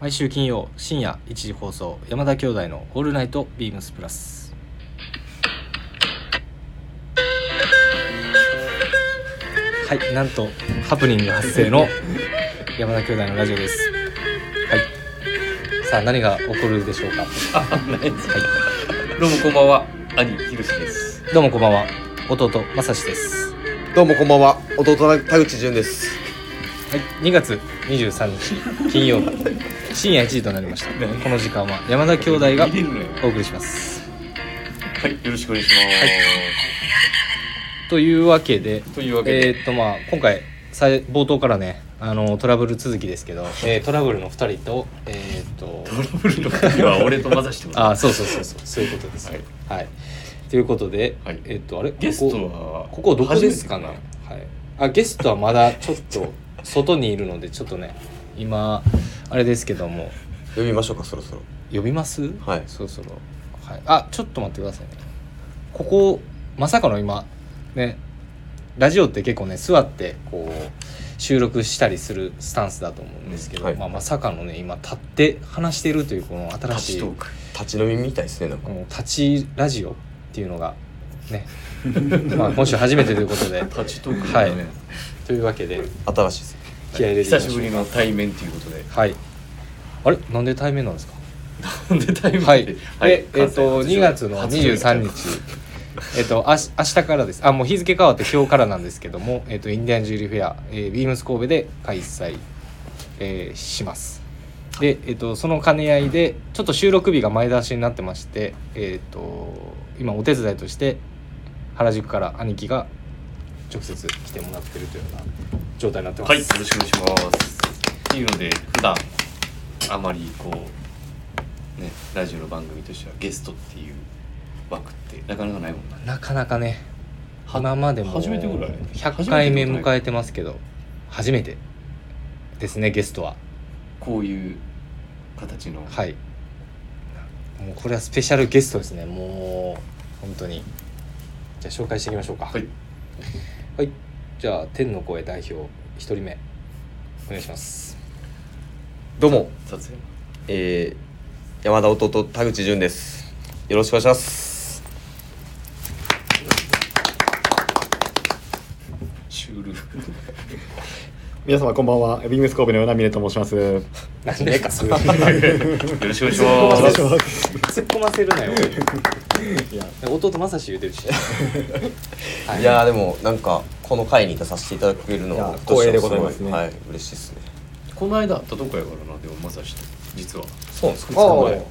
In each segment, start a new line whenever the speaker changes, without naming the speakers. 毎週金曜深夜1時放送山田兄弟の「オールナイトビームスプラス」はいなんとハプニング発生の山田兄弟のラジオですはいさあ何が起こるでしょうかは
あないです
い
どうもこんばんは兄ひろしです
どうもこんばんは弟まさしです
どうもこんばんは弟の田口淳です
はい、2月23日金曜日深夜1時となりましたこの時間は山田兄弟が
見れるのよ
お送りします
はいよろしくお願いします、
というわけで
というわけで
えーっとまあ今回さい冒頭からねあのトラブル続きですけど、えートラブルの2人とえーっと
トラブルの時は俺と混ざしてもら
あ
う
あそうそうそうそうそういうことです
はい
はい、ということで、
はい
えーっとあれ
ゲスト
こ
は
こここどこですかね
初
は
め
い
て
あゲストはまだちょっと外にいるのでちょっとね今あれですけども
読みましょうかそろそろ
呼びます
はい
そろそろ、はい、あちょっと待ってくださいねここまさかの今ねラジオって結構ね座ってこう収録したなしたりするスタンスだと思うんですけど、
はい
まあ、まさかのね今立って話しているというこの新
立
し
ち
い
トーク
立ち飲みみたいですねなんか
この立ちラジオっていうのが ねまあ今週初めてということで
立ちトーク
は
だ
い
ね、
というわけで
新しいです
気合い入れていきま
久
しょう
しぶりの対面ということで
はいあれなんで対面なんですか
なん で対面って
はい。で、えっ、
関西
と
初上陸
2月の
初上陸
23日、えっ、とあし明日からです。あもう日付変わって今日からなんですけども、えっ、とインディアンジュリーフェア、えービームス神戸で開催、えーします。で、えっ、とその兼ね合いでちょっと収録日が前倒しになってまして、えっ、と今お手伝いとして原宿から兄貴が直接来てもらってるというような状態になってます。
はいよろしくお願いしますっていうので普段あまりこうねラジオの番組としてはゲストっていう枠ってなかなかないもんな
なかなかね
は
今までも
初めてぐらい
100回目迎え
て
てますけど初めてですねゲストは
こういう形の
はいもうこれはスペシャルゲストですねもう本当にじゃあ紹介していきましょうか
はい、
はいじゃあ天の声代表1人目お願いします
どうも、
撮影
えー、山田弟田口淳ですよろしくお願いします
シュール
皆様こんばんはビームス神戸の与那峰と申しますよ
なんでかそれ突
よろしくお願いします
ま
っ込ませるなよ
すいや
弟まさし言うてるし、はい
やーでもなんかこの回に出させていただけるの
い
は
や光栄でございますね
はい嬉しいですね
この間会ったとこやからなでもまさしと実は
そうなんです
かあ
前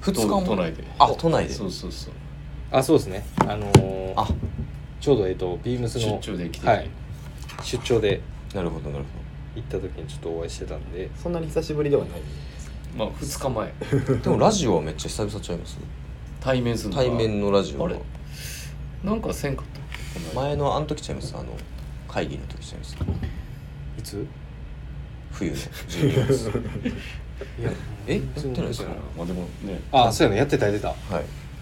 二日も
都都内で
あ都内で
そうそうそう
あそうですねあのー
あ
ちょうどえっとビームス
出
の
張で来て、
はい出張で
なるほどなる
行った時にちょっとお会いしてたんで
そんなに久しぶりではない
まあ2日前
ほどでもラジオはめっちゃ久々ちゃいます
対面するのが
対面のラジオ
あ
は
れなんかせんかったこの間
前のあの時ちゃいますあの会議の時ちゃいます
いつ
冬 の12月
いや
えやってないですか
まあでもね
あそうやなやってたやってた
はい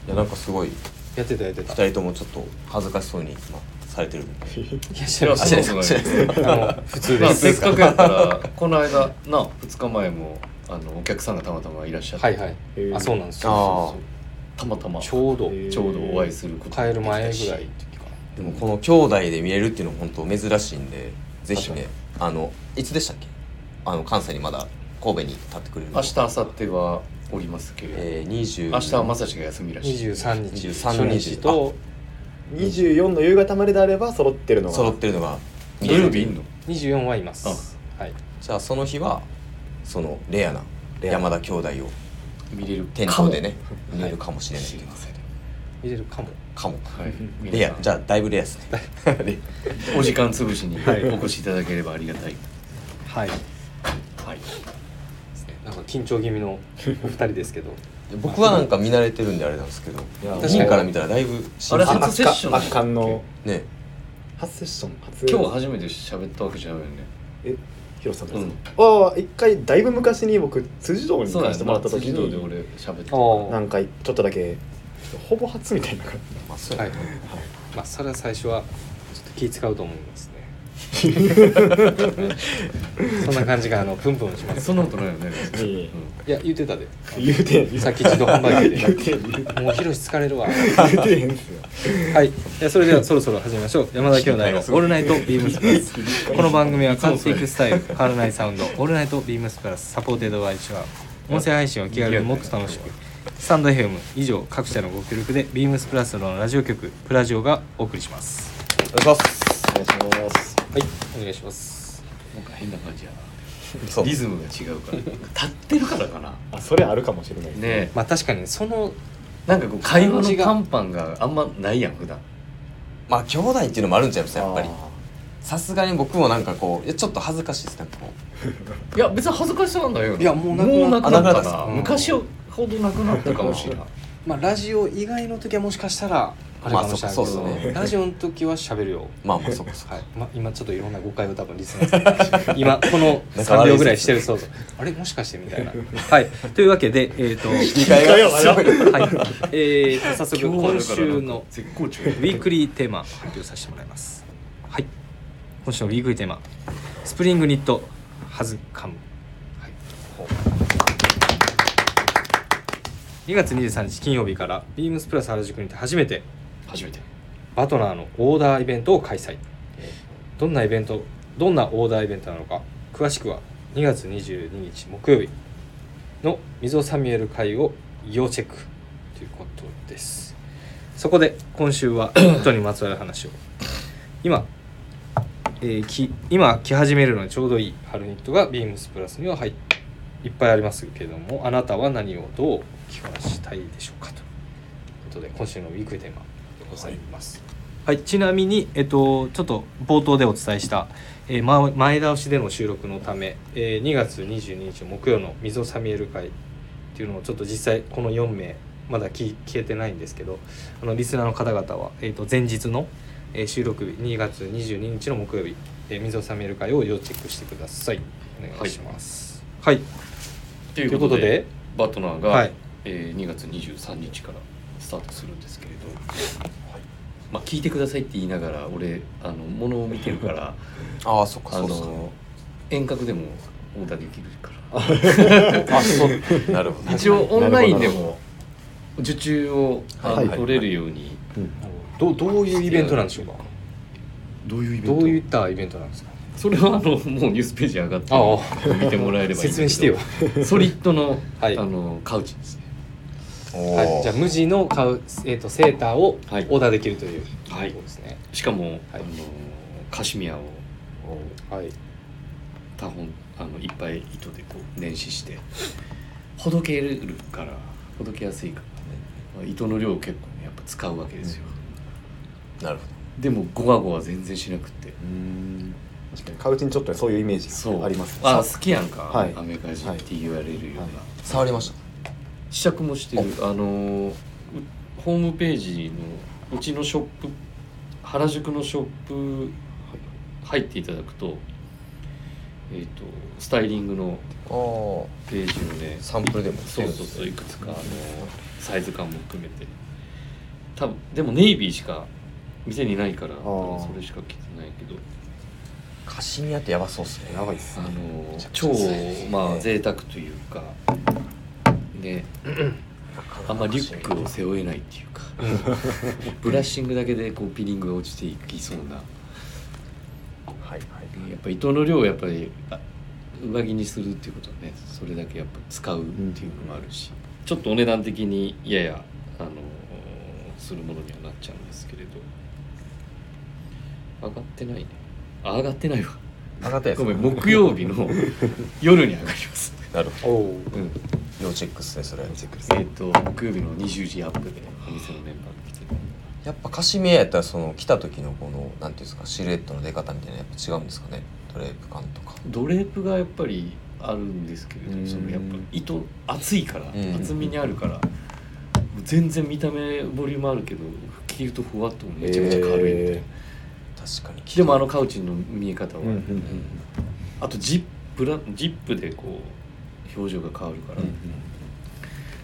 いやなんかすごい
やってたやってた
二人ともちょっと恥ずかしそうに今されてるんで
いや知
い
ら
や
ない
そんなこ
あ知
と
ら
な
な
あ
いい
の普通
ま
で
あ、
す
せっかくやからこの間な2日前もあのお客さんがたまたまいらっしゃって、
はいはい
へー
あそうなんですよ
あ
たまたま
ちょうど
へー
ちょうどお会いすることが
帰
で
る
きた
前
し
ぐらいの時か
あでもこの兄弟で見れるっていうのも本当珍しいんでぜひねあのいつでしたっけあの関西にまだ神戸に立ってくれるの
明日明後日はおりますけれど、
えー、20
明日はまさしが休みらしい
23日
23
初日と
24の夕方までであれば揃ってるのが
揃ってるのが
土曜日いんの
24はいますはい
じゃあその日はそのレアな
レアな
山田兄弟を
見れる
店
かも
頭でね見れるかもしれない
知りません
見れるかも
かも
はい皆さん
レアじゃあだいぶレアですね
お時間潰しに
はい
お越しいただければありがたい、
はい
はい、
なんか緊張気味のお二人ですけど
僕はなんか見慣れてるんであれなんですけど
いや
本人から見たらだいぶ新
あれ
あ
鮮
初セッション
圧巻の
ね
初セッション初
今日初めて喋ったわけじゃないよね
え広さんですか
うん
ああ一回だいぶ昔に僕辻堂に
そう
関
だ
して
ね
もら
ま
っ
あ
た時
辻堂で
に
俺喋って
あ
なんかちょっとだけほぼ初みたいな感じ
まあそう
は
や
い
ね、
まあそれは最初はちょっと気使うと思いますねそんな感じがあのプンプンします
そんなことないよね。
いえ
いや言ってたで
言うてへん
さっき自動販売機
言う てへん言う
でもうヒロシ疲れるわ
てへんっすよ
はい、えそれではそろそろ始めましょう山田兄弟の「オールナイトビームスプラス」 この番組は完璧スタイル変わらないサウンド「オールナイトビームスプラス」サポーテッドバイチュア音声配信を気軽にもっと楽しくスタンド FM 以上各社のご協力でビームスプラスのラジオ局プラジオがお送りします
お願いします
お願いします
はいお願いします
なんか変な感じや
そ
な。
う
リズムが違うから。立ってるからかな。
あそれあるかもしれないです
ねえ。
まあ確かにその
なんかこう会話のパンパンがあんまないやん普段。
まあ兄弟っていうのもあるんちゃいますやっぱり
あ
さすがに僕もなんかこういやちょっと恥ずかしいですなんかこう
いや別に恥ずかしさはないよね。
いやもうなくな
もうなくな
あなく
っ
な
た
った
な。
うん
昔ほどなくなったかもしれない。
まあラジオ以外の時はもしかしたらあれかもしれないけ
まあそう
ど、
そうっすね
ラジオの時は喋るよ
まあまあそこ そこ
はい、ま、今ちょっといろんな誤解を多分リスナーさん に今この
仲
3
悪い
秒ぐらいしてるそうそうあれもしかしてみたいなはいというわけでえっ、 と
2回が
二回が
はい えーと早速
今
今
日はだから
週の
絶好調
ウ。ィークリーテーマ発表させてもらいますはい今週のウィークリーテーマスプリングニットはずかむはい2月23日金曜日からビームスプラス原宿にて初めて
初めて。
バトナーのオーダーイベントを開催どんなイベントどんなオーダーイベントなのか詳しくは2月22日木曜日の溝サミュエル会を要チェックということですそこで今週は ニットにまつわる話を今、えーき今着始めるのにちょうどいい春ニットがビームスプラスには入っいっぱいありますけれどもあなたは何をどう着こなしたいでしょうかということで今週のウィークリーテーマでございます、はいちなみに、えっと、ちょっと冒頭でお伝えした、えーま前倒しでの収録のため、えー2月22日木曜の「溝サミエル会」っていうのをちょっと実際この4名まだ聞消えてないんですけどあのリスナーの方々は、えー、と前日の、えー収録日2月22日の木曜日「えー、溝サミエル会」を要チェックしてくださいお願いしますはい、
と
いうことで
バトナーが、
はい
えー2月23日からスタートするんですけれど、まあ、聞いてくださいって言いながら俺あの物を見てるから
ああそっか
あ
そうっすね
の遠隔でもオーダーできるから
あそうなるほど
一応オンラインで
なるほ
も受注を、あの
はいはい
取れるように
どうどういうイベントなんでしょうか
どういうイ
どういったイベントなんですか
それはあのもうニュースページ上がって
あ
見てもらえればいいんだ
説
けど
明してよ
ソリッドの,、
はい
あのカウチですね
お
はい、じゃあ無地の買う、えー、とセーターをオ
はい
ーダーできるという
はい
ことですね。
しかも、あ
はい
のカシミヤを
はい、
多本あのいっぱい糸でこう捻死してほどけるからほどけやすいからねまあ糸の量を結構ねやっぱ使うわけですよ、
なるほ
でもゴワゴワ全然しなくって
うん確かにカウチにちょっとそういうイメージがあります
あ
さ
好きやんか、
はい
アメカジって言われるような、
はい
ど触りました
試着もしてるあのーうホームページのうちのショップ原宿のショップ入っていただくとえっ、とスタイリングの
あー
ページをね
サンプルでも売って
そう
るん
そう
です
そう
ね
いくつかあのサイズ感も含めて多分でもネイビーしか店にないから多分それしか着てないけど
カシミヤってやばそうっすね
やばいっす
あ
ね
の
ちゃくちゃ
超
サイズいいね
まあ贅沢というかねあんまリュックを背負えないっていうかブラッシングだけでこうピーリングが落ちていきそうな
はいはい
やっぱ糸の量をやっぱりあ上着にするっていうことはねそれだけやっぱ使うっていうのもあるし、ちょっとお値段的にややあのするものにはなっちゃうんですけれど上がってないねあ上がってないわ
上がったやつ
ごめん木曜日の夜に上がります、
なるほど
おお
うん、
要チェックっすねそれ
チェックです
えっ、と木曜日の20時アップでお店のメンバーが来て
やっぱカシミヤやったらその来た時のこのなんていうんですかシルエットの出方みたいなやっぱ違うんですかねドレープ感とか
ドレープがやっぱりあるんですけれ
う
ど
ん
そのやっぱ糸厚いから
うん
厚みにあるから全然見た目ボリュームあるけど着るとふわっとめちゃめちゃ軽いみたいな、
え
確かに
でもあのカウチの見え方は、
うんうんうん
あとジップラジップでこう表情が変わるから、
ー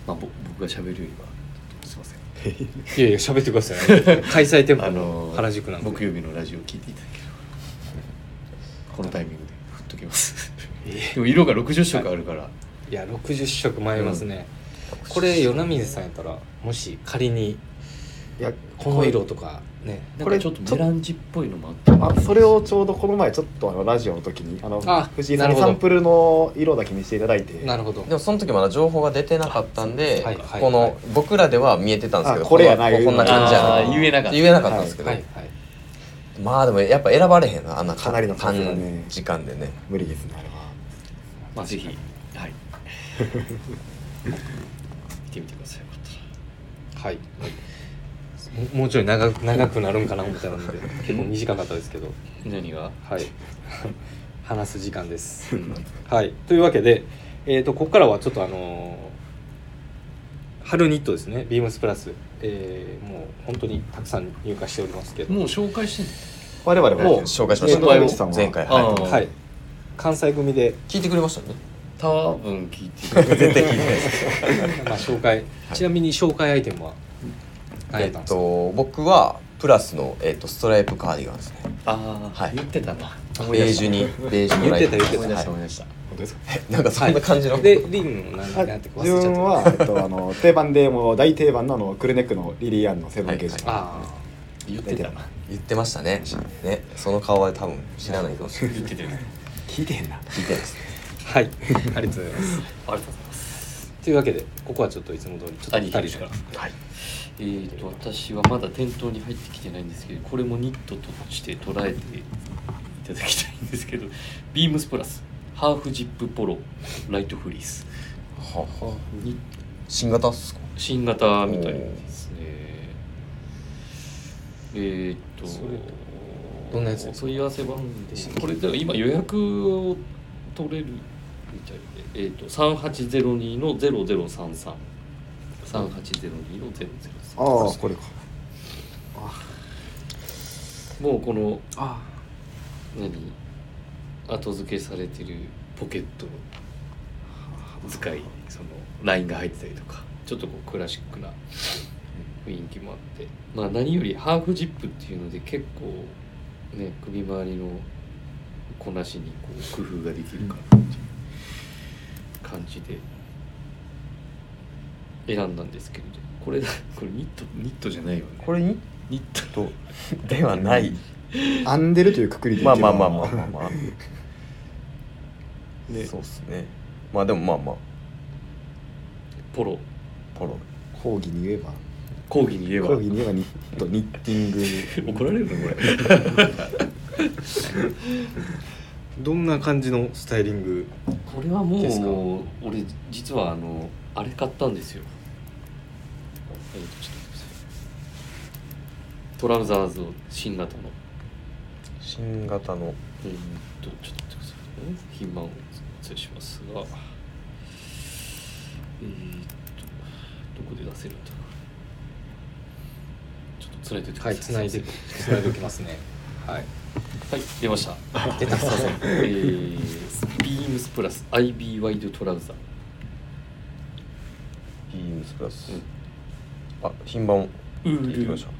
まあ、ぼ僕が喋るよりはすいません
いやいや喋ってください、開催店舗
あの
の
ー
原宿なんで、
木曜日のラジオを聞いていただければこのタイミングで振っときますでも色が60色あるから、
いや60色迷いますね、これ与那水さんやったらもし仮に
いや
この色とかね
なん
こ
か
れ
ちょっとメランジっぽいのもあった
あそれをちょうどこの前ちょっとあのラジオの時にあの
あ
藤井
な
さん
る
に
ほど
サンプルの色だけ見せていただいて
なるほど
でもその時まだ情報が出てなかったんで、
はいはい
こ
はい
の僕らでは見えてたんですけど
あこれやな
このこんな感じや
あ
な
ー言えなかった
言えなかったんですけど、
はいはい
まあでもやっぱ選ばれへんなあんな
かなりの数だね
短時間でね
無理ですねあれは
まあぜひはい 見てみてくださいよかったら
はいももうちょい長く長くなるんかなみたいなので結構短かったですけど
何が
はい 話す時間ですはいというわけで、えー、とここからはちょっとあのー春ニットですねビームスプラス、えーもう本当にたくさん入荷しておりますけど
もう紹介してんの
我々は
もう紹介しました
紹介を
さんは
前回
あ
は
ー
はい関西組で、
い聞いてくれましたね
多分聞いてる
絶対聞いてないです
まあ、紹介、ちなみに紹介アイテムは何
え
やったん
っ
ですか、
と僕はプラスの、えっとストライプカーディガンですね
ああ、
はい
言ってたな
ベージュにベージュのライト
言ってた言
思い出した思い
は
出した
本当ですか
いなんかそんな感じの、
はい、でリンの何
はい
何て忘れ
自
ちゃった
分は、えっと、あの定番でもう大定番のあのクルネックのリリー・アンのセブンゲージ、
は
あ
言ってたな
言ってましたねねその顔は多分知らないかもしれない
言ってたよ ね
聞いてへんな
聞いてないです
あはいありがとうございます
ありがとうございます
というわけでここはちょっといつも通りちょっと
ありがとう
2人
ござい
で
ます
はい
えー、と私はまだ店頭に入ってきてないんですけどこれもニットとして捉えていただきたいんですけどビームスプラスハーフジップポロライトフリース
はは
に
新型っすか
新型みたいですねえー、っと
それどんなやつですか
問い合わせ番号これだから今予約を取れるみたいでえー、っと3802の0033 3802の0033
ああこれか
もうこの
あ
何後付けされてるポケット使いそのラインが入ってたりとかちょっとこうクラシックな雰囲気もあってまあ何よりハーフジップっていうので結構ね首周りのこなしにこう工夫ができるかなっていう感じで選んだんですけれどこれこれニットニットじゃないよね
これに
ニット
とではない
編んでるというくくりでいけ
ま
ば
あまあまあまあまあまあそうっすねまあでもまあまあ
ポロ
ポロ
講義に言えば
講義に言えば
講義に言えばニットニッティング
怒られるのこれ
どんな感じのスタイリング
これは
ですか
もう俺実はあのあれ買ったんですよえーとちょっと待ってくださいトラウザーズを新型の
新型の
えーとちょっと待ってくださいね品番をお伝えしますがえーとどこで出せるんだろうちょっとつないでてくださ
はいいつないでつないでおきますねはい
はい出ました
出たすいません
えー、ビームスプラス IB ワイドトラウザー
ビームスプラス
うん
あ品番
ウー
いき
ル
ましょう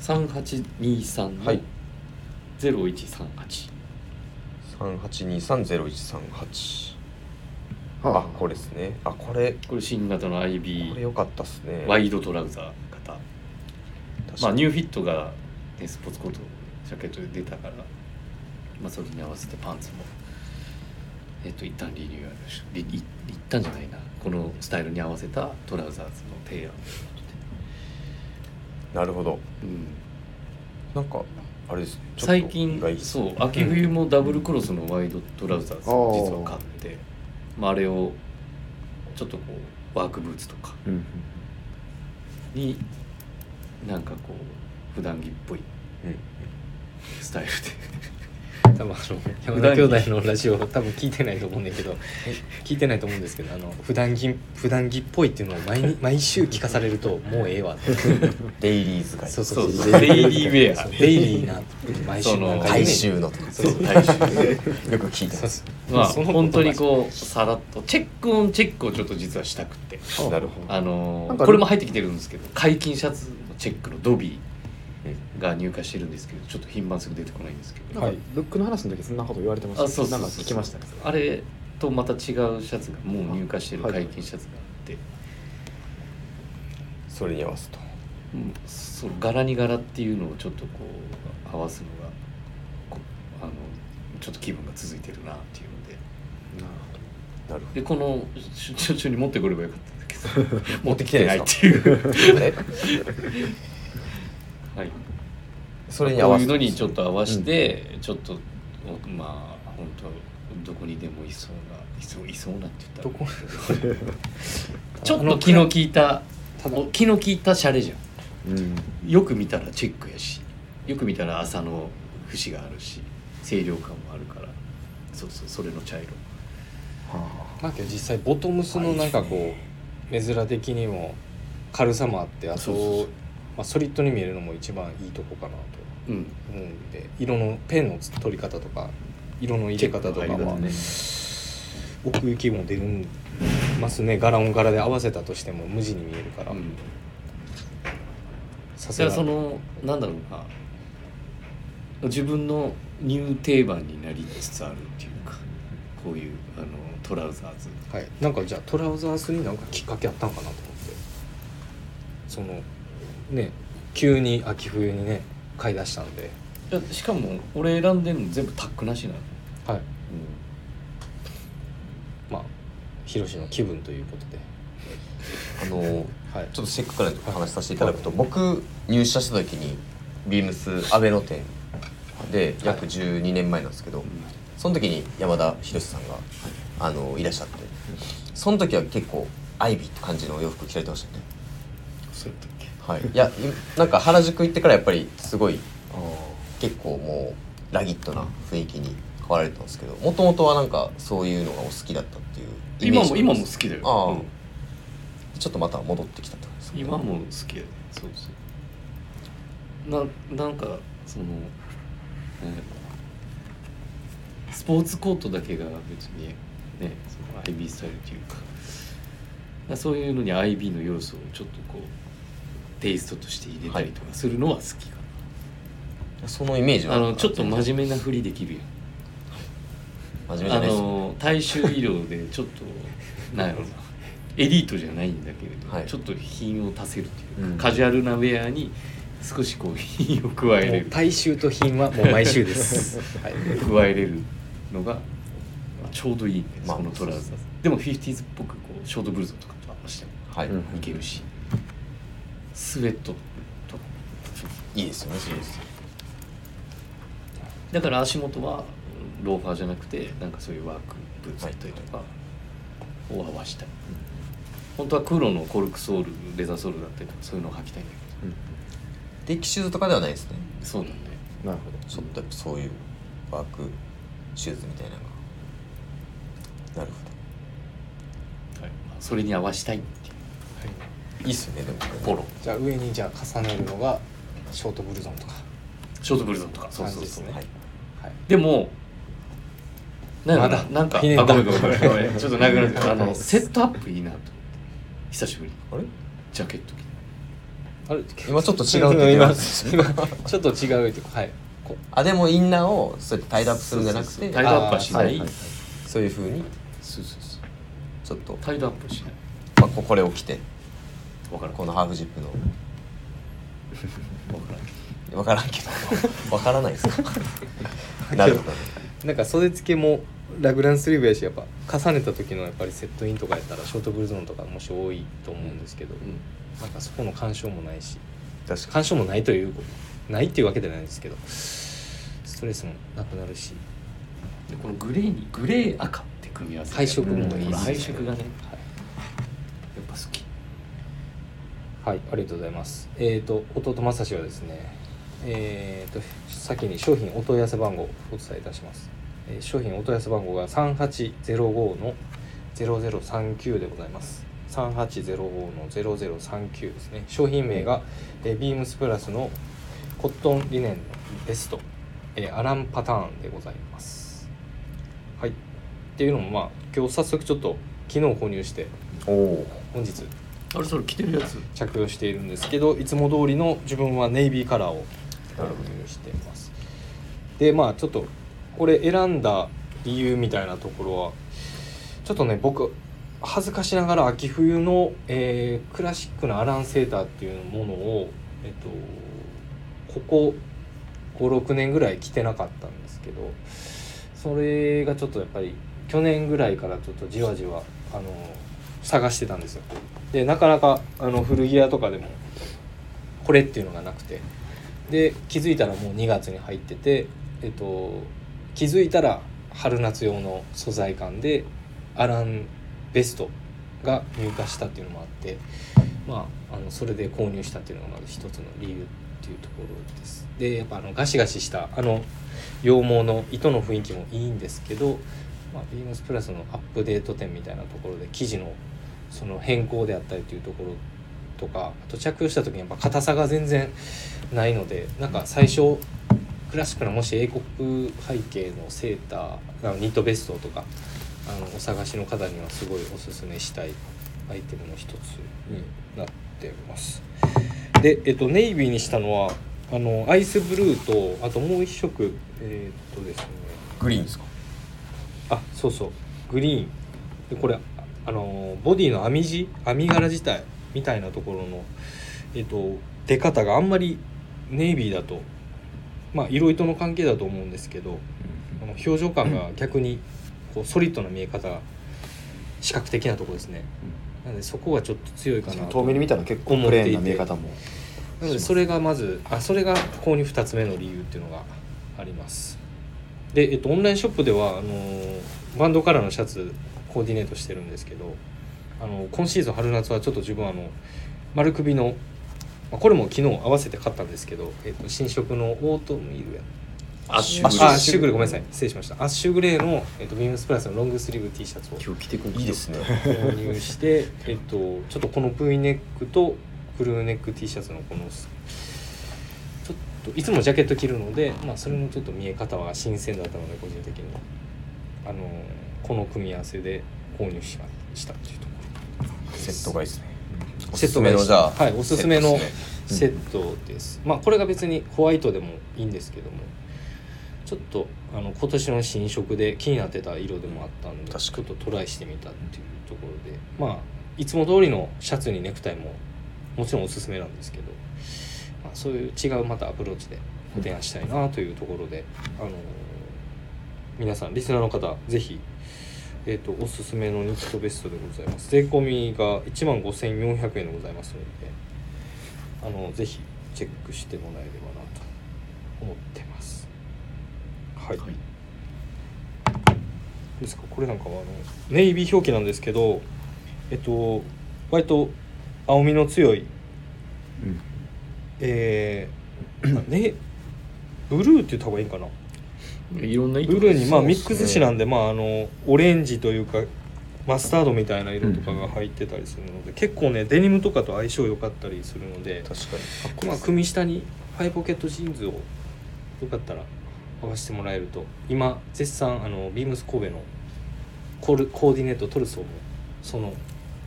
三八二三
はい
ゼロ一三八
三八二三ゼロ一三八
は
あこれですねあこれ
これ新型の
これ
IB
良かったっすね
ワイドトラウザー型
確
ま
か
あ
に
ニューフィットが、ね、スポーツコートジャケットで出たからまあそれに合わせてパンツもえっと一旦リニューアルしリい一旦じゃないなこのスタイルに合わせたトラウザーズの提案という
なるほど
ことで、うん、
なんかあれですねちょっと
最近
外出
そう秋冬もダブルクロスのワイドトラウザーズ
う
を
ん
実は買って、まあ、あれをちょっとこうワークブーツとか
うんうん
になんかこう普段着っぽい
うん
スタイル
多分あの山田兄弟のラジオ多分聞いてないと思うんだけど聞いてないと思うんですけどあの普段着普段着っぽいっていうのを毎日毎週聞かされるともうええわって
デイリー使い
そう
で
そう
そうデイリーウェア
そうデイリーな毎週
その
なんか
大衆のとか
そうそう
大衆よく聞いて
そ
ま
う
す
そう
まあ
その
本当にこうさらっとチェックオンチェックをちょっと実はしたくて
あ
なるほど
あの
なん
ー
か
これも入ってきてるんですけど解禁シャツのチェックのドビーが入荷してるんですけどちょっと品番すぐ出てこないんですけど、
なん
はい
かブックの話の時そんなこと言われてました
あそうそうそう
なんか聞きましたね
あれとまた違うシャツがもう入荷してる解禁シャツがあって、
それに合わせと
うんその柄に柄っていうのをちょっとこう合わすのがこあのちょっと気分が続いてるなっていうので
なる
なる
でこの出張に持ってくればよかったんだけど
持ってきてない
持
で
って
す
ないっていう、
ほどね
はい、
それに合
こう
わ
い
せ
う
て
のにちょっと合わせて、ちょっとおまあ本当どこにでもいそうないそういそうなって言
ど
った
こ
らちょっと気の利いた
ただ
お気の利いたシャレじゃん
うん
よく見たらチェックやしよく見たら朝の節があるし清涼感もあるからそうそうそれの茶色
は
まあけど実際ボトムスのなんかこう目面的にも軽さもあってあ
そうそうそ
と
う
まあソリッドに見えるのも一番いいとこかなと
うん
思うんで色のペンの取り方とか色の入れ方とか
チェックの入
は
れ方ね
奥行きも出るますね柄も柄で合わせたとしても無地に見えるから
うん
さす
じゃ
が
あそのなんだろうな自分のニュー定番になりつつあるっていうかこういうあのトラウザーズ
はい、なんかじゃあトラウザースになんかきっかけあったんかなと思ってそのね急に秋冬にね買い出したんで、
いやしかも俺選んでんの全部タックなしなの、
はい、まあヒロシの気分ということで、
あの
はい、
ちょっとチェックからの話させていただくと、僕入社した時にビームス阿部の店で約12年前なんですけど、その時に山田博さんが、あのいらっしゃってその時は結構アイビーって感じのお洋服着られてましたよね
そうやったっけ
はいいやなんか原宿行ってからやっぱりすごい
あ
結構もうラギットな雰囲気に変わられてたんですけどもともとはなんかそういうのがお好きだったっていうイメ
今
ージ
も今も好きだよ
ああ、
うん
ちょっとまた戻ってきたって感じですかね
今も好きやねそうそうななんかその、なんやろなスポーツコートだけが別にねその IB スタイルというかかそういうのに IB の要素をちょっとこうテイストとして入れたりとかするのは好きか
そのイメージ
な、
は
あのちょっと
真面
真面目なふりできるやん
目じゃ
あ
ないです
の大衆医療でちょっ となんやろなエリートじゃないんだけれど、
はい
ちょっと品を足せるというか、
うん
カジュアルなウェアに少しこう品を加えれ
もう
る
大衆と品はもう毎週です、はい、
加えれるのが、まあちょうどいいね、
まあ
そのトラウザーズでもフィフティーズっぽくこうショートブルゾンとかと合わせても
はい、
うん
いけるし、スウェットとか
いいですよねそうです
だから足元はローファーじゃなくてなんかそういうワークブーツだったりとかを合わしたい、本当は黒のコルクソールレザーソールだったりとかそういうのを履きたいんだけ
うん
デッキシューズとかではないですね
どそうなんだよ
なるほど
ちょっとやっぱそういうワークシューズみたいなのがなるほ
はいまあ、それに合わしたいっていう
どいいっすよねでも
ポロ
じゃあ上にじゃあ重ねるのがショートブルゾンとか、
ショートブルゾンとかそう
感
そ
じ
う
です
そう
ね
で,、
はい
はい、
もなんやろな
まだ
なんかあ
ひねった
ごめんごめんごめんごめんちょっとなくなってあのセットアップいいなと思って久しぶりに
あれ
ジャケット着て
あれ
今ちょっと違うって言ってます
今 今ちょっと違うってはいこ
あでもインナーをそうやってタイドアップするんじゃなく
そうそうそう
て
タイドアップはしない、
あーはいはい
そういうふうに
そうそうそう
ちょっと、
タイドアップはしない
まあ、ここれを着て
わからん
このハーフジップの
わからんけど
分からんけど わからないですかなるほど
うなんか袖付けもラグランスリーブやしやっぱ重ねた時のやっぱりセットインとかやったらショートブルゾンとかもし多いと思うんですけど、なんかそこの干渉もないし
確か
干渉もないというないっていうわけではないですけどストレスもなくなるし
でこのグレーにグレー赤って組み合わせ
配色もいいですね
うんこれ配色がねやっ
はい
ぱ好き
はい、ありがとうございます。えっ、と、弟正志はですね、えっ、と、先に商品お問い合わせ番号をお伝えいたします。えー商品お問い合わせ番号が3805の0039でございます。3805の0039ですね。商品名が、えービームスプラスのコットンリネンのベスト、えーアランパターンでございます。はい。っていうのも、まあ、今日早速ちょっと、昨日購入して、
おお
本日
あれそれ着てるやつ
着用しているんですけどいつも通りの自分はネイビーカラーを
なるほど
してますでまあちょっとこれ選んだ理由みたいなところはちょっとね僕恥ずかしながら秋冬の、えークラシックなアラン・セーターっていうものを、えっと、ここ56年ぐらい着てなかったんですけどそれがちょっとやっぱり去年ぐらいからちょっとじわじわあの探してたんですよ。でなかなかあの古着屋とかでもこれっていうのがなくてで気づいたらもう2月に入ってて、えっと、気づいたら春夏用の素材感でアランベストが入荷したっていうのもあって、まあ、あのそれで購入したっていうのがまず一つの理由っていうところです。でやっぱあのガシガシしたあの羊毛の糸の雰囲気もいいんですけど、まあ、ビームスプラスのアップデート点みたいなところで生地のその変更であったりというところとかあと着用した時にやっぱ硬さが全然ないのでなんか最初クラシックなもし英国背景のセーターあのニットベストとかあのお探しの方にはすごいおすすめしたいアイテムの一つになってます。で、えっと、ネイビーにしたのはあのアイスブルーとあともう一色えーっとですね
グリーンですか
あそうそうグリーンでこれあのボディの編み地編み柄自体みたいなところの、えっと出方があんまりネイビーだとまあ色糸の関係だと思うんですけどこの表情感 が逆にこうソリッドな見え方が視覚的なところですね、なのでそこがちょっと強いかなと
遠目に見たら結構プレーンな見え方も
なのでそれがまずあそれが購入2つ目の理由っていうのがありますで、えっと、オンラインショップではあのーバンドカラーのシャツコーディネートしてるんですけどあの今シーズン春夏はちょっと自分あの丸首の、まあ、これも昨日合わせて買ったんですけど、えっと、新色のオートミールや
アッシ
あ
ュ
ア
ブルー
ッシュグレーごめんなさい失礼しましたアッシュグレーの、えっと、ビームスプラスのロングスリーブ T シャツを
今日着てこ
いいですね
購入して、えっと、ちょっとこの V ネックとクルーネック T シャツのこのちょっといつもジャケット着るので、まあ、それのちょっと見え方は新鮮だったので個人的にあのこの組み合わせで購入しましたっていうとこ
セットがいいですね
ろ
おすすめのじゃあ
はい、おすすめの
セットで
セ
すね
ットです、まあこれが別にホワイトでもいいんですけどもちょっとあの今年の新色で気になってた色でもあったんで
確
ち
か
ょっ
に
とトライしてみたっていうところでまあいつも通りのシャツにネクタイももちろんおすすめなんですけど、まあ、そういう違うまたアプローチでご提案したいなというところで、あの皆さんリスナーの方ぜひえー、とおすすめのニットベストでございます税込みが1万5400円でございますのであのぜひチェックしてもらえればなと思ってますはい、
はい
ですかこれなんかはあのネイビー表記なんですけどえっと割と青みの強いえーあねブルーって言った方がいいんかない
ろんな意図
ブルーにまあ
そうっ
ミ
すね
ックス紙なんでまああのオレンジというかマスタードみたいな色とかが入ってたりするので、結構ねデニムとかと相性良かったりするので、
確かに
まあ、組下にハイポケットジーンズをよかったら合わせてもらえると今絶賛あのビームス神戸のコールコーディネートトルソーもその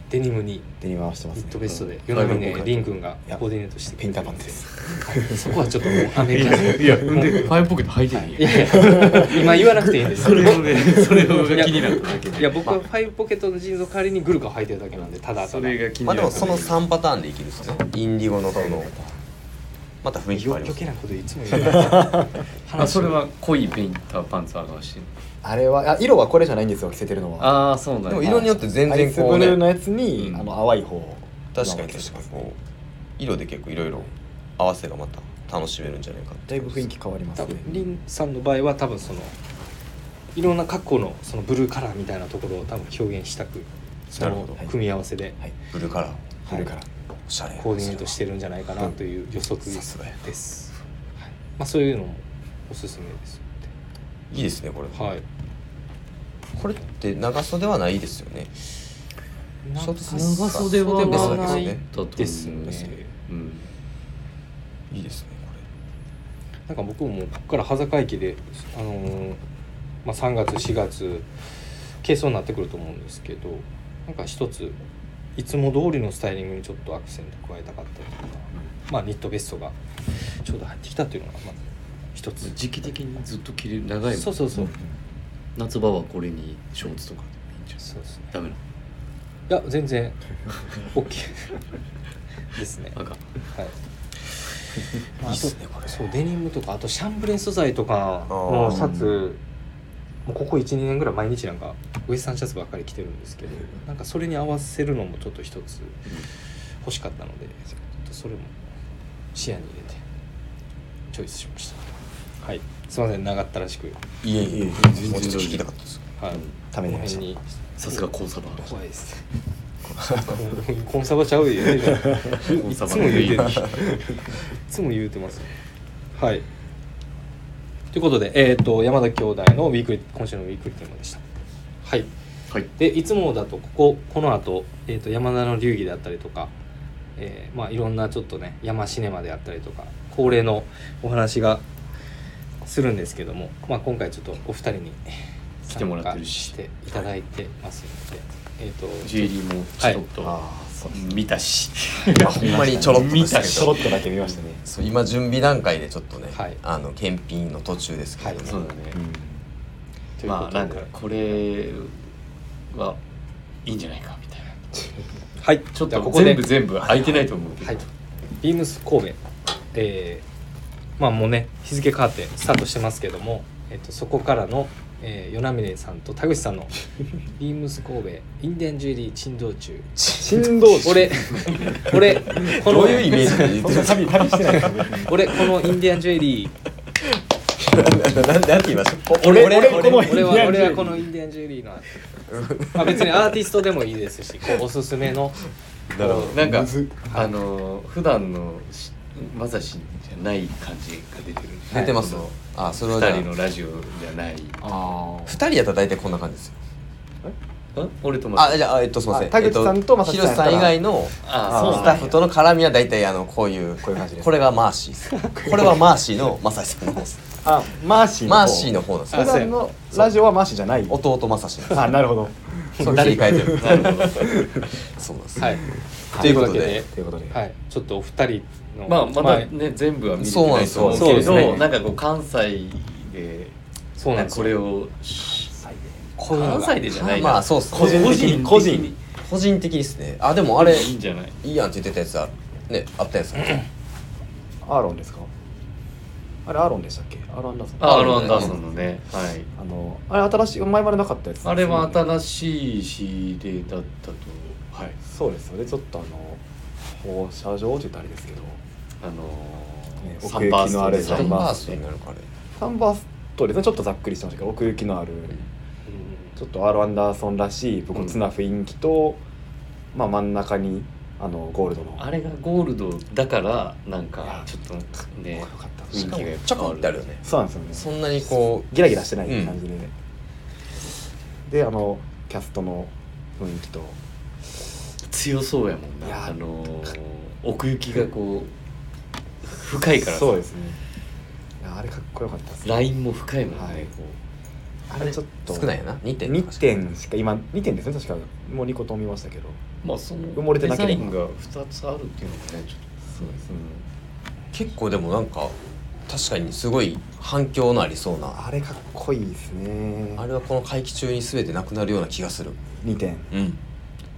デニムに
手に回してま
ニ
す
ットベストで
うん
夜
ファイブポ
ね
ケット
リン君がコーディネートして
ペンタパ
ん
ンです
そこはちょっともうアメリカ の
いやでファイブポケット履いてるん
い
や
やいや今言わなくていいんです
それをねそれをが気になっただけで
いや僕はファイブポケットのジーンズを代わりにグルカを履いてるだけなんでただた
そ
だ
れが気に
ま
な
あ
る
でもその3パターンでいけるっすねインディゴのこのまた雰囲気変わり
余
ます
計
ね
なこといつも言うな
あそれは濃いペインターパンツ合わしてる
あれはあ色はこれじゃないんですよ着せてるのは
ああそうなん
で
だ
も色によって全
アイ
然
ス
こう
ブ
ね
ルーのやつに、
うん
あの淡い方
確かに確かにこう色で結構いろいろ合わせがまた楽しめるんじゃないかな
だいぶ雰囲気変わります
多
ね
分リンさんの場合は多分そのいろんな過去のそのブルーカラーみたいなところを多分表現したくそ
なるほ
の
ど
組み合わせで
はい
ブルーカラー
ブルーから、
おしゃれ
コーディネートしてるんじゃないかなという予測
さすがや
です、はいまあ、そういうのもおすすめですの
いいですねこれ
ではい
これって長袖はないですよね
長
長袖は
な
ないい
で
だと思う
すね
うん
いいですねこ
なんか僕もここから端境期で、あのーまあ、3月4月軽装になってくると思うんですけどなんか一ついつも通りのスタイリングにちょっとアクセント加えたかったりとかまあ、ニットベストがちょうど入ってきたというのがまず一つ
時期的にずっと着れる長いもん
そうそうそう、
夏場はこれにショーツとかでもいいんじゃない
そうですね
ダメなの
いや全然 OK ですね
あかん
はい
いいっすねこれ
そうデニムとかあとシャンブレン素材とかの
あー
シャツ、もうここ12年ぐらい毎日なんかウエスタンシャツばっかり着てるんですけどなんかそれに合わせるのもちょっと一つ欲しかったので、ちょっとそれも視野に入れてチョイスしましたはいすいません長ったらしく、
いえいえ
いえ
もうちょっと聞きたかったです
はい
ためになりまし
こ
た
の辺に
さすがコンサバ
怖いです コンサバちゃうよい
コンサ
つ
バ
も言
の
うてるい
い
つも言うてますはいということで、えー、と山田兄弟のウィークリー今週のウィークリーテーマでしたはい
はい
でいつもだとこここの後、えー、と山田の流儀であったりとか、えーまあ、いろんなちょっとね山シネマであったりとか恒例のお話がするんですけども、まあ、今回ちょっとお二人に
来てもらってるし
参加していただいてますので、えっ、と
ジュエリーもちょっと
ああそう
見たし、
あほんまにちょろっとで
見
す
た
け
し
ちょろっとだけ見ましたね、
そう今準備段階でちょっとね、
はい
あの検品の途中ですけれども、
そうだね、
ということで
まあなんかこれはいいんじゃないかみたいな
はい
ちょっ
じゃあ
と
ここで
全部全部空いてないと思うけど、
はい、ビームス神戸、えーまあもうね日付変わってスタートしてますけども、えっとそこからの、えー、与那嶺さんと田口さんのビームス神戸インディアンジュエリー珍道中
振動値
俺俺この
どういうイメージで言ってるんです
旅旅してないですよね
俺このインディアンジュエリー
か なななんて言いました
俺俺
俺
このインディア
は
ンジュエリー
俺はこのインディアンジュエリーのまあ別にアーティストでもいいですしこうおすすめの
なるほど
なんか
むず
あの普段のしまさしじゃない感じが出てる、
はい
出てますあそれはじゃ
二
あ
人のラジオじゃない
あ
二人やったら大体こんな感じですよ
ん俺とま
あじゃあえっとすみません
あ田口さんと正
え
木さんやった
っ広瀬
ら
さん以外の
あ
そう
そう
なん
スタッフとの絡みは大体あのこういう
こういう感じです
これがマーシー ですこれはマーシーの正志さんの方です
あマーシーの方
マーシーの方なんです
普
よ
あ
段のラジオはマーシーじゃない
弟正志なんです
あなるほど
そう誰に変えてる
なるほど
そうなんです
はい
ということで
ということで、
はいちょっとお二人の
まあまだね全部は見れてないと思う
そうなん
け
ですよそうです
ど
ね
なんかこう関西で
そうなんです
こ
よ
れを
こういうの
関
が
西でじゃないな
まあそうっすね
個人的に
個人的に
個人的ですねあでもあれ
いいんじゃない
いいやんって言ってたやつはねあったやつ
アーロンですかあれアーロンでしたっけアーロン・アンダーソン
あアーロン・アンダーソンのねはい
あのあれ新しい前までなかったやつですよ
あ
ね
れは新しい CD だったとはい
そうですよねちょっとあの放射状って言ったらあれですけど
あの
ね
ー
奥行きのある
サ
サ
ン
ン
バースト
バーストになるから
サンバーストですねちょっとざっくりしてましたけど奥行きのあるちょっとアーロン・アンダーソンらしい武骨な雰囲気と、まあ真ん中にあのゴールドの
あれがゴールドだからなん
いや
かちょっと
か
ね
っこよかった
雰囲気がやっ
チ
ぱ
ョコってあるよね
そうなんですよね
そんなにこう
ギラギラしてな
う
い
ん
感じで、であのキャストの雰囲気と
強そうやもん
いや
なあのー奥行きがこう深いからさ
そうですねいやあれかっこよかったです
ラインも深いもんね、
はい
こう
あれちょっと
少ないやな2点
二点しか今2点ですね確かもう2個とも見ましたけど
まあその
埋もれて
デ
なけ
ザ
れば
インが2つあるっていうのがねちょっ
そうです
と、うん
結構でもなんか確かにすごい反響のありそうな
あれかっこいいですね
あれはこの会期中に全てなくなるような気がする
2点
うん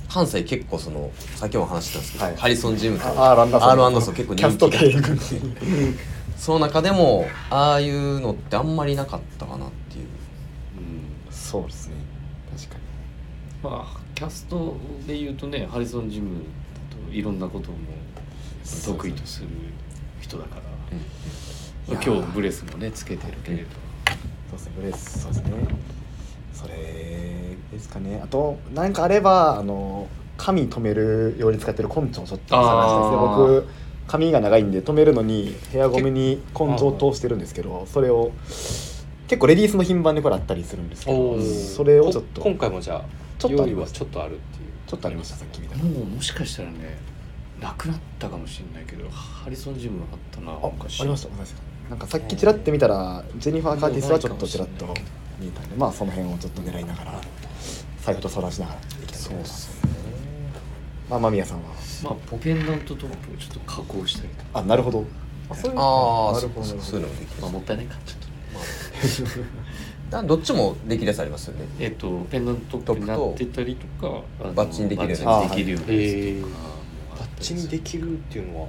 関西結構そのさっきも話したんですけど、
はい
ハリソン・ジムと
あアーロンアンダーソン
R アンダーソン結構
キャスト
人
系
気がその中でもああいうのってあんまりなかったかなっていう
そうですね確かに
まあキャストで言うとねハリソン・ジムといろんなことも得意とする人だから、
うん
まあ今日ブレスもねつけてるけれど、
そうですねブレスそうですねそれですかねあと何かあればあの髪止めるように使ってる根性をちょっと探したいですね
あー
僕髪が長いんで止めるのにヘアゴムに根性を通してるんですけどそれを結構レディースの品番でこれあったりするんですけ
お
ど
ー
それをちょっと
こ今回もじゃあ
ちょっと
用
あり
意
ま
は
す
ちょっとあるっていう
ちょっとありましたさっきみたいな
もうもしかしたらねなくなったかもしれないけどハリソン・ジムあったな
ああ
昔
りましたごめんなさいなんかさっきちらって見たらジェニファー・カーティスはちょっとちらっと見えたんでまあその辺をちょっと狙いながら財布と相談しながら行きたいと思います
ね
まあ間宮さんは
まあポケンダントトップをちょっと加工したりとか、
あなるほどあそういう
ああ
な
そ
る
う
ほど
かそうかそういうのもできる
まあ、もったいないかちょっとね
だどっちもできるやつありますよね
えっとペンダントトップになってたりとかあの
バッチンできるような
バッチンできるようなやつとかもあったりする
バッチンできるっていうのは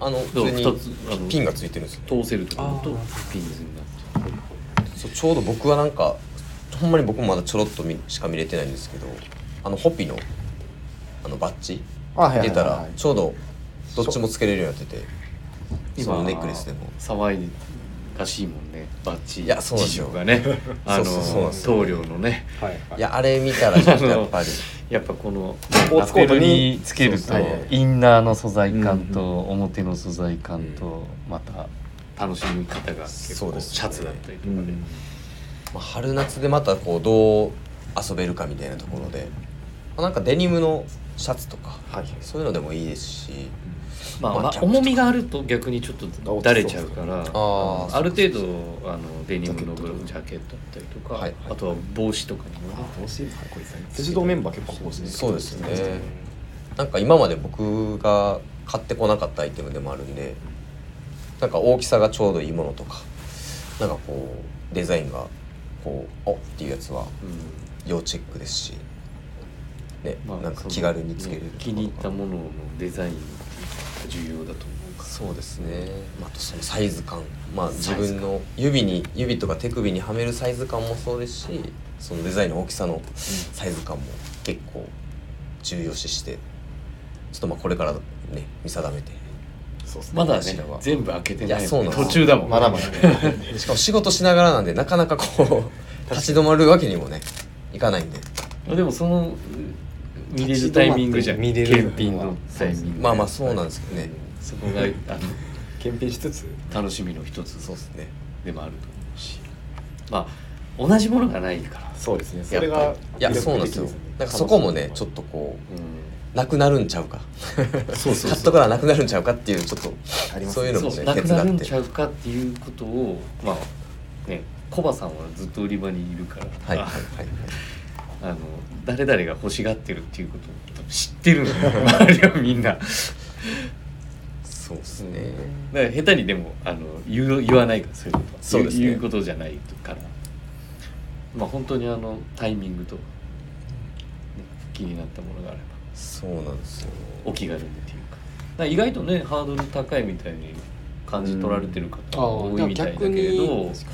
あの
どう
普通に
二つあの
ピンがついてるんですよ
通せるところと
あ
ピンズになってる
そうちょうど僕はなんかほんまに僕もまだちょろっと見しか見れてないんですけどあのホピのあのバッジ
あはいはいは
出
い
た
はい
らちょうどどっちもつけれるようになっててそ
今
のネックレスでも
騒いでらしいもんねバッチ
いやそうなんですよ
事情がね あの
そうそうそうなんですよ
棟梁のね
はいはい
いやあれ見たらちょっとやっ ぱり
やっぱこの
スポーツコートに
ラベルつけると
そうそう
インナーの素材感
う
と表の素材感とまた楽しみ方が結
そう
構
ですね
シャツだったりと
う
か
ん
で
まあ春夏でまたこうどう遊べるかみたいなところで、まあなんかデニムのシャツとか
はいはい
そういうのでもいいですし
まあ
まあ
まあ
キャップとか
重みがあると逆にちょっとだれちゃうからあの
そう
ある程度あのデニムの
ジャケットとか
ジャケットだったりと
は
か
い
あとは帽子とかにもね
あ欲しいですねこいつ辻堂メンバー結構欲しい
そうですねなんか今まで僕が買ってこなかったアイテムでもあるんでなんか大きさがちょうどいいものとかなんかこうデザインがこう「おっ!」っていうやつは
うん
要チェックですし、ね
まあ
なんか気軽につけれる
その
とこ
気
ろが
に入ったもののデザインっていうのが重要だと思うか
そうですね、まあ、あとそのサイズ感まあ自分の指に指とか手首にはめるサイズ感もそうですしそのデザインの大きさのサイズ感も結構重要視してちょっとまあこれからね見定めて
そうですね
らまだ
私
ね
らは
全部開けて
い
な
や
い
そうなんです
途中だもん
まだまだね
しかも仕事しながらなんでなかなかこう立ち止まるわけにもねいかないんで
でもその見れるタイミングじゃん
見れるのは
検品のタイミング
まあまあそうなんですけどね
そこがあの
検品しつつ
楽しみの一つ
そうですね
でもあると思うしまあ同じものがないから
そうですね
や
そ
っぱ
れ
り
が
いやそうなんですよなんかそこもねちょっとこうなくなるんちゃうか
そう
買っとからなくなるんちゃうかっていうちょっと
ありますね
そういうのも
そ
ね
うなくなるん
手
ち
伝
ゃ
っ
うかっていうことをまあねコバさんはずっと売り場にいるから、
てはいはいはいはい
あの誰々が欲しがってるっていうことを多分知ってる のよ周りはみんなだか
そうです
うん
ね、
ら下手にでもあの言う言わないからそういうことは
そうですね
言う言うことじゃないからまあ本当にあのタイミングと、ね、気になったものがあれ
そうなんですよ
ばお気軽にっていうかだから意外とねハードル高いみたいに感じ取られてる方が多いみたいだけれ
うんあ
ど
ー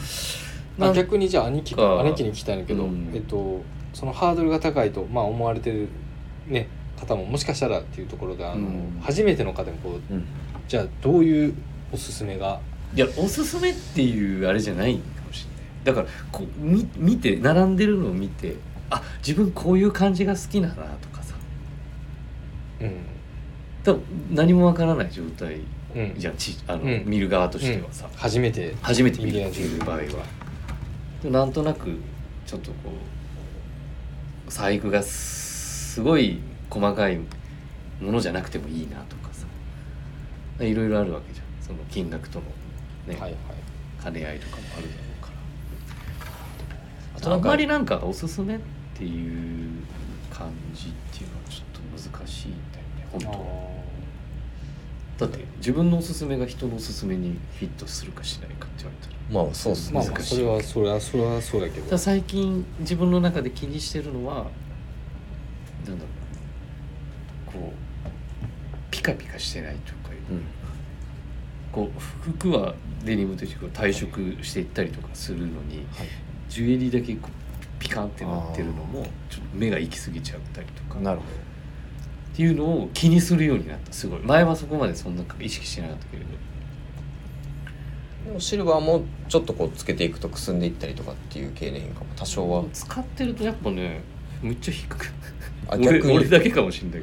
なん
あ逆にじゃあ兄貴
か
兄貴に聞きたいんだけど、
うん
えっと、そのハードルが高いと、まあ、思われてる、ね、方ももしかしたらっていうところであの、
うん
初めての方にこう
うん
じゃあどういうおすすめが
いやおすすめっていうあれじゃないかもしれないだからこうみ見て並んでるのを見てあ自分こういう感じが好きだなとかさ
うん
多分何もわからない状態
うん
じゃんちあの、
うん
見る側としてはさ、
初めて
初めて見るっていう場合はでもなんとなくちょっとこう細工がすごい細かいものじゃなくてもいいなとかさいろいろあるわけじゃんその金額とのね、
はいはい
兼ね合いとかもあるだろうから
あ
あ
となん
ん
か
まりなんかおすすめっていう感じっていうのはちょっと難しいんだよね本当はだって自分のおすすめが人のおすすめにフィットするかしないかって言われたら
まあそうですね、
まあまあ
難し
そ
い
れはそれはそれはそうだけ
だから
ど
最近自分の中で気にしてるのはなんだろうこうピカピカしてないというか
うん
こう服はデニムとしてこう退色していったりとかするのに、ジュエリーだけこうピカンってなってるのもちょっと目が行き過ぎちゃったりとか
な
っ
るほど
ていうのを気にするようになったすごい前はそこまでそんな意識してなかったけれど
でもシルバーもちょっとこうつけていくとくすんでいったりとかっていう経年変化も多少は
使ってるとやっぱねむっちゃ低く
あ
俺
逆に
俺だけかもしれない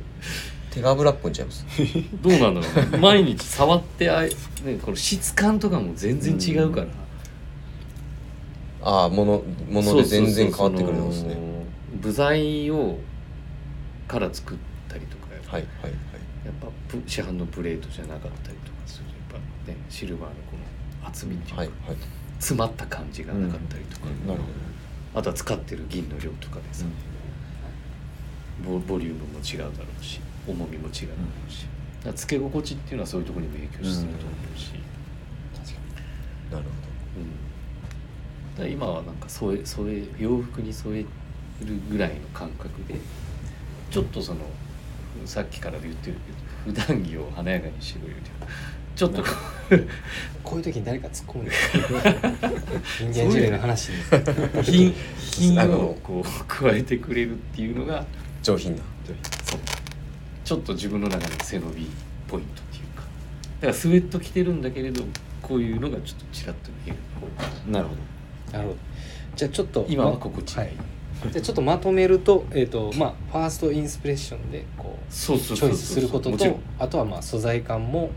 手が油っぽいんちゃいます
けどどうなんだろうね毎日触ってあい、ね、この質感とかも全然違うから。
ああものもので全然変わってくるんです
そうそうそう
ね
その部材をから作ったりとかやっぱ,、
はいはいはい
やっぱプ市販のプレートじゃなかったりとかするとやっぱねシルバーのこの厚みっていうか、
はいはい
詰まった感じがなかったりとか、
なるほ
あとは使ってる銀の量とかでさ、ボボリュームも違うだろうし重みも違うし、だからつけ心地っていうのはそういうところにも影響すると思うし、
なるほ
うんだから今はなんか添え添え洋服に添えるぐらいの感覚でちょっとそのさっきから言ってるけど普段着を華やかにしろよりはちょっとこう
こういう時に誰か突っ込むんですよ 人間事例の話に品品
あ
を
の
こう加えてくれるっていうのが
ど上品な
ちょっと自分の中の背伸びポイントっていうかだからスウェット着てるんだけれどこういうのがちょっとちらっと見える
なるほど
なるほどじゃあちょっと
今は
ま
心地がいい、
はじゃあちょっとまとめると,、えーとまあ、ファーストインスピレーションでこう
そうそう
チ
そう
ョ
そう
イスすること
もちろ
と
ん
あとはまあ素材感も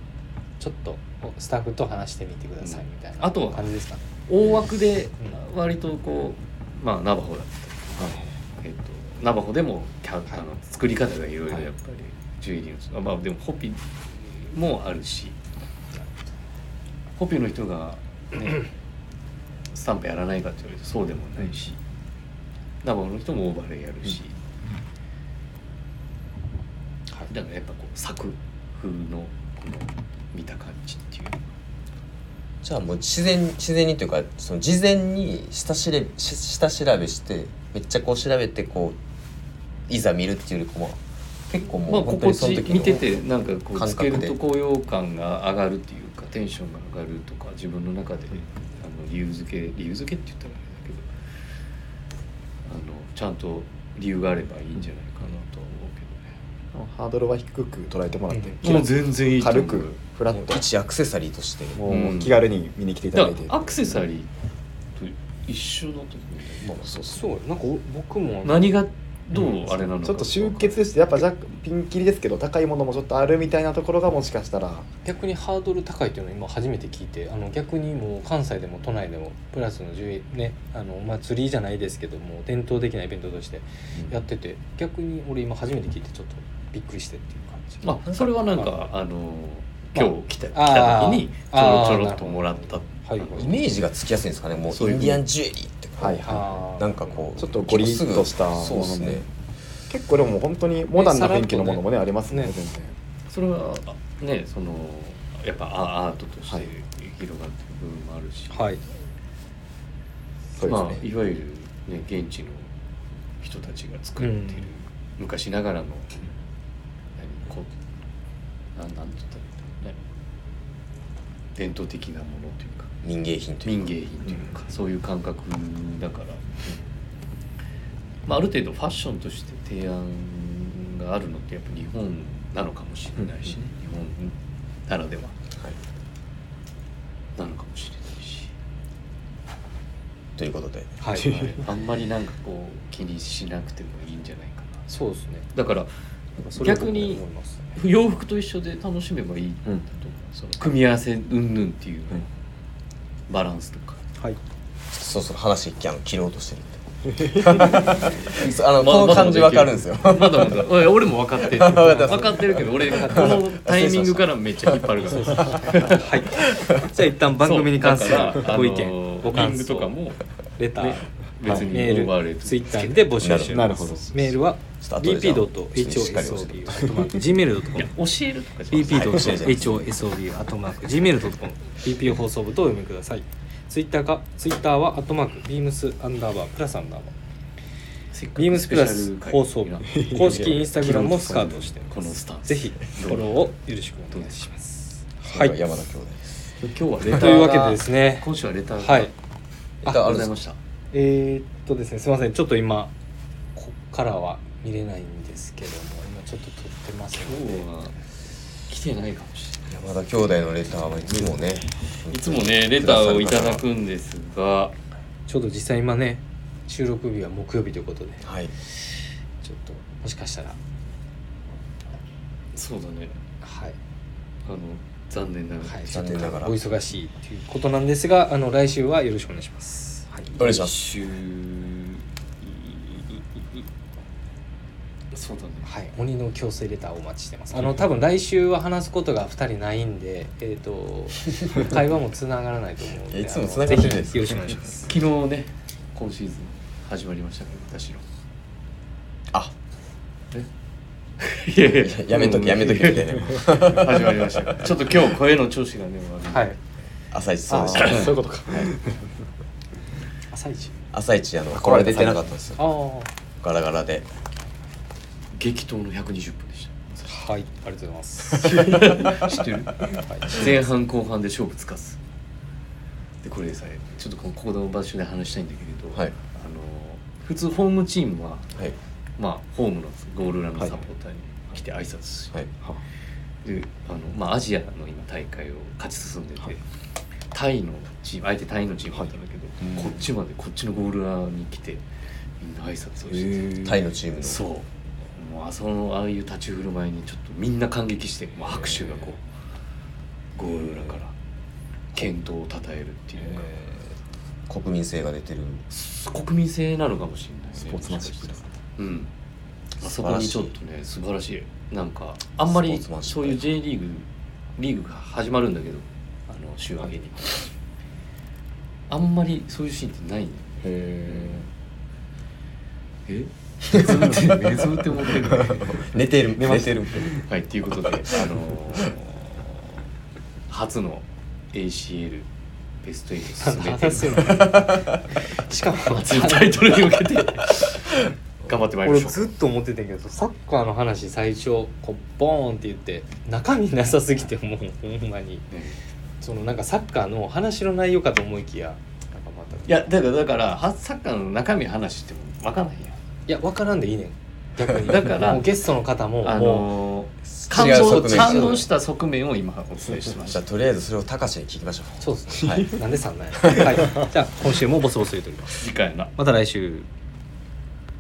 ちょっとスタッフと話してみてくださいみたいな
あとは
感じですかね。
大枠で割とこうまあナバホだったえっと、ナバホでもキャ、あの作り方がいろいろやっぱりジュエリーの、まあでもホピもあるしホピの人が、 ね、スタンプやらないかって言われるとそうでもないし、ナバホの人もオーバーレイやるし、はい、だからやっぱこう作風のこの見た感じっていう
じゃあもう自然自然にというかその事前に下しれし下調べしてめっちゃこう調べてこういざ見るっていうよりかは結構
ま
も
あ
う本
心
当にその
地
時の
見ててなんかこう
感
つけ
覚
る
で
と高揚感が上がるっていうかテンションが上がるとか自分の中であの理由付け理由付けって言ったらあれだけどあのちゃんと理由があればいいんじゃないかなとは思
ハードルは低く捉えてもらって、
うん
うけどねもう全然いいと思
軽
う
くフラット
一アクセサリーとして
も
う
うん気軽に見に来ていた
だ
だいて
からアクセサリーと一緒の時みたいな、
そうそうなんかお僕も
何がどうあれなのか
ちょっと集結してやっぱ若ピンキリですけど高いものもちょっとあるみたいなところがもしかしたら
逆にハードル高いっていうのを今初めて聞いてあの逆にもう関西でも都内でもプラスの10円ねあのお祭りじゃないですけども伝統的なイベントとしてやってて逆に俺今初めて聞いてちょっとびっくりしてっていう感じ
まあそれはなんかあの今日来た来
あ
た時にちょ
あ
ろ
ー
ちょろっともらった
はいは
イ
い
メージがつきやすいんですかねも
そう
う
い
イ
う
ンディアンジュエリーってこう
はいは
あー
なんかこう
ちょっとゴリッとしたもの
そうですね
結構でも本当にモダンな雰囲気のものもねありますね
ね
全然
それはねそのやっぱアアートとして
はい
広がっていく部分もあるし、
はい
そう
ま
です
あ、
ね
いわゆる、ね、現地の人たちが作ってる、
うん
昔ながらの何こなんなんて言ったらいいんだろうね伝統的なものというか
民芸品という
民芸品というか、そういう感覚だから、まあ、ある程度ファッションとして提案があるのってやっぱ日本なのかもしれないしね、日本ならでは
はい
なのかもしれない し、
ということで
はい
あんまりなんかこう気にしなくてもいいんじゃないかな
そうですね
だから
それは
逆
僕
に
も思いますね
洋服と一緒で楽しめばいいんだと思う、その組み合わせうんぬんっていうの、
うん
バランスとか。
はい
そろそろ話あの切ろうとしてる んでそうあの
ま
この
まだ
感
まだ
じ
いける
わかるんですよ
まだまだおい俺も分か ってる
分かってます
分かってるけど俺このタイミングからめっちゃ引っ張るから
はい じゃあ一旦番組に関するご意見ご
ご感
感
想
想
とかも
レター
ね別に
メ
オーバーレ
ー
イ
ル
ト
ツイッターで募集しており
な
ま
るほど
すメールは
ちょっと後でじゃあしっかり教えて
bp.hosobu.gmail.com
教えるとかじゃない
bp.hosobu.gmail.com bp 放送部とお読みくださいツイッターかツイッターはアットマークビームスアンダーバープラスアンダーバー
せっかく
ビームスプラス
ペシャル会
放送部公式インスタグラムもスカー
昨
ト
日
してます
このスタンス
ぜひフォローをよろしくお願いしますは
はいい山田兄弟
今日はレターが
というわけでですね
今週はレターが
はい
ありがとうございました
えー、っとですねすみませんちょっと今こっからは見れないんですけども今ちょっと撮ってますの
今
で
日は来てないかもしれ
山田兄弟のレターはいつもね
ないいつもねレターをいただくんですが
ちょうど実際今ね収録日は木曜日ということで
はい
ちょっともしかしたら
そうだね
はい、
あの残念ながら、
はい、
残念ながら
お忙しいということなんですがあの来週はよろしくお願いします、はい、
お願いしま
一
す
周そうだね
はい、鬼の強制レターをお待ちしてます。あの多分来週は話すことが2人ないんで、えっ、 と会話もつながらないと思うん
いや
で、
いつも
あの
繋がってる
ぜ
んで
ひ
す
よろしくお願いします。
昨日ね今シーズン始まりましたから私の
あ
いやいや
やめとけやめとけみたいな
始まりましたちょっと今日声の調子がね
は
悪
い
朝一そう
あ
でし
ー
た
そういうことか
朝一
朝一あのこれ出てなかったんですよ
ああは
ガラガラで
激闘の120分でし
いありがとうございます
た知ってる前半後半で勝負つかずでこれさえちょっとこのここの場所で話したいんだけれど、
はい
あの普通ホームチームは、
はい
まあ、ホームのゴールラのサポーターに来て挨拶し、
はい
であのまあ、アジアの今大会を勝ち進んでて、タイのチーム相手タイのチームだったんだけど、
はい
こっちまでこっちのゴールラに来てみんな挨拶をしてて。
タイのチームの
そうもうあそのああいう立ち振る舞いにちょっとみんな感激してもう拍手がこうゴール裏から健闘をたたえるっていうか、
国民性が出てる
国民性なのかもしれないね
スポーツマンシップだ
うんあそ
素晴
こ
ら
に
しい
ちょっとね素晴らしいなんかあんま
スポ
り
ーツマンシップ
そういう J リーグリーグが始まるんだけどあの週明けにあんまりそういうシーンってないんだよね
へ
え 寝相って寝相って思っ てる
寝てる
寝ま
寝
して
る
はい、ということで、あのー初の ACL ベスト8進め て
話すの しかも
初のタイトルに向けて頑張ってまいりま
俺
しょう。
ずっと思ってたけどサッカーの話最初こうボーンって言って中身なさすぎてもうほんまに
ね
そのなんかサッカーの話の内容かと思いきやなんかまた
いやだからだからはサッカーの中身話しても分かんないや
いや分からんでいいねん逆 に
だから
もうゲストの方も
んあ
も
のー感
違う側
動
面
感動した側面を今お伝えしてまし
じゃ
た
あとりあえずそれを高しに聞きましょう
うそうですね
はい
なんで3なんや、はい、じゃあ今週もボソボソ言っております
次回の
また来週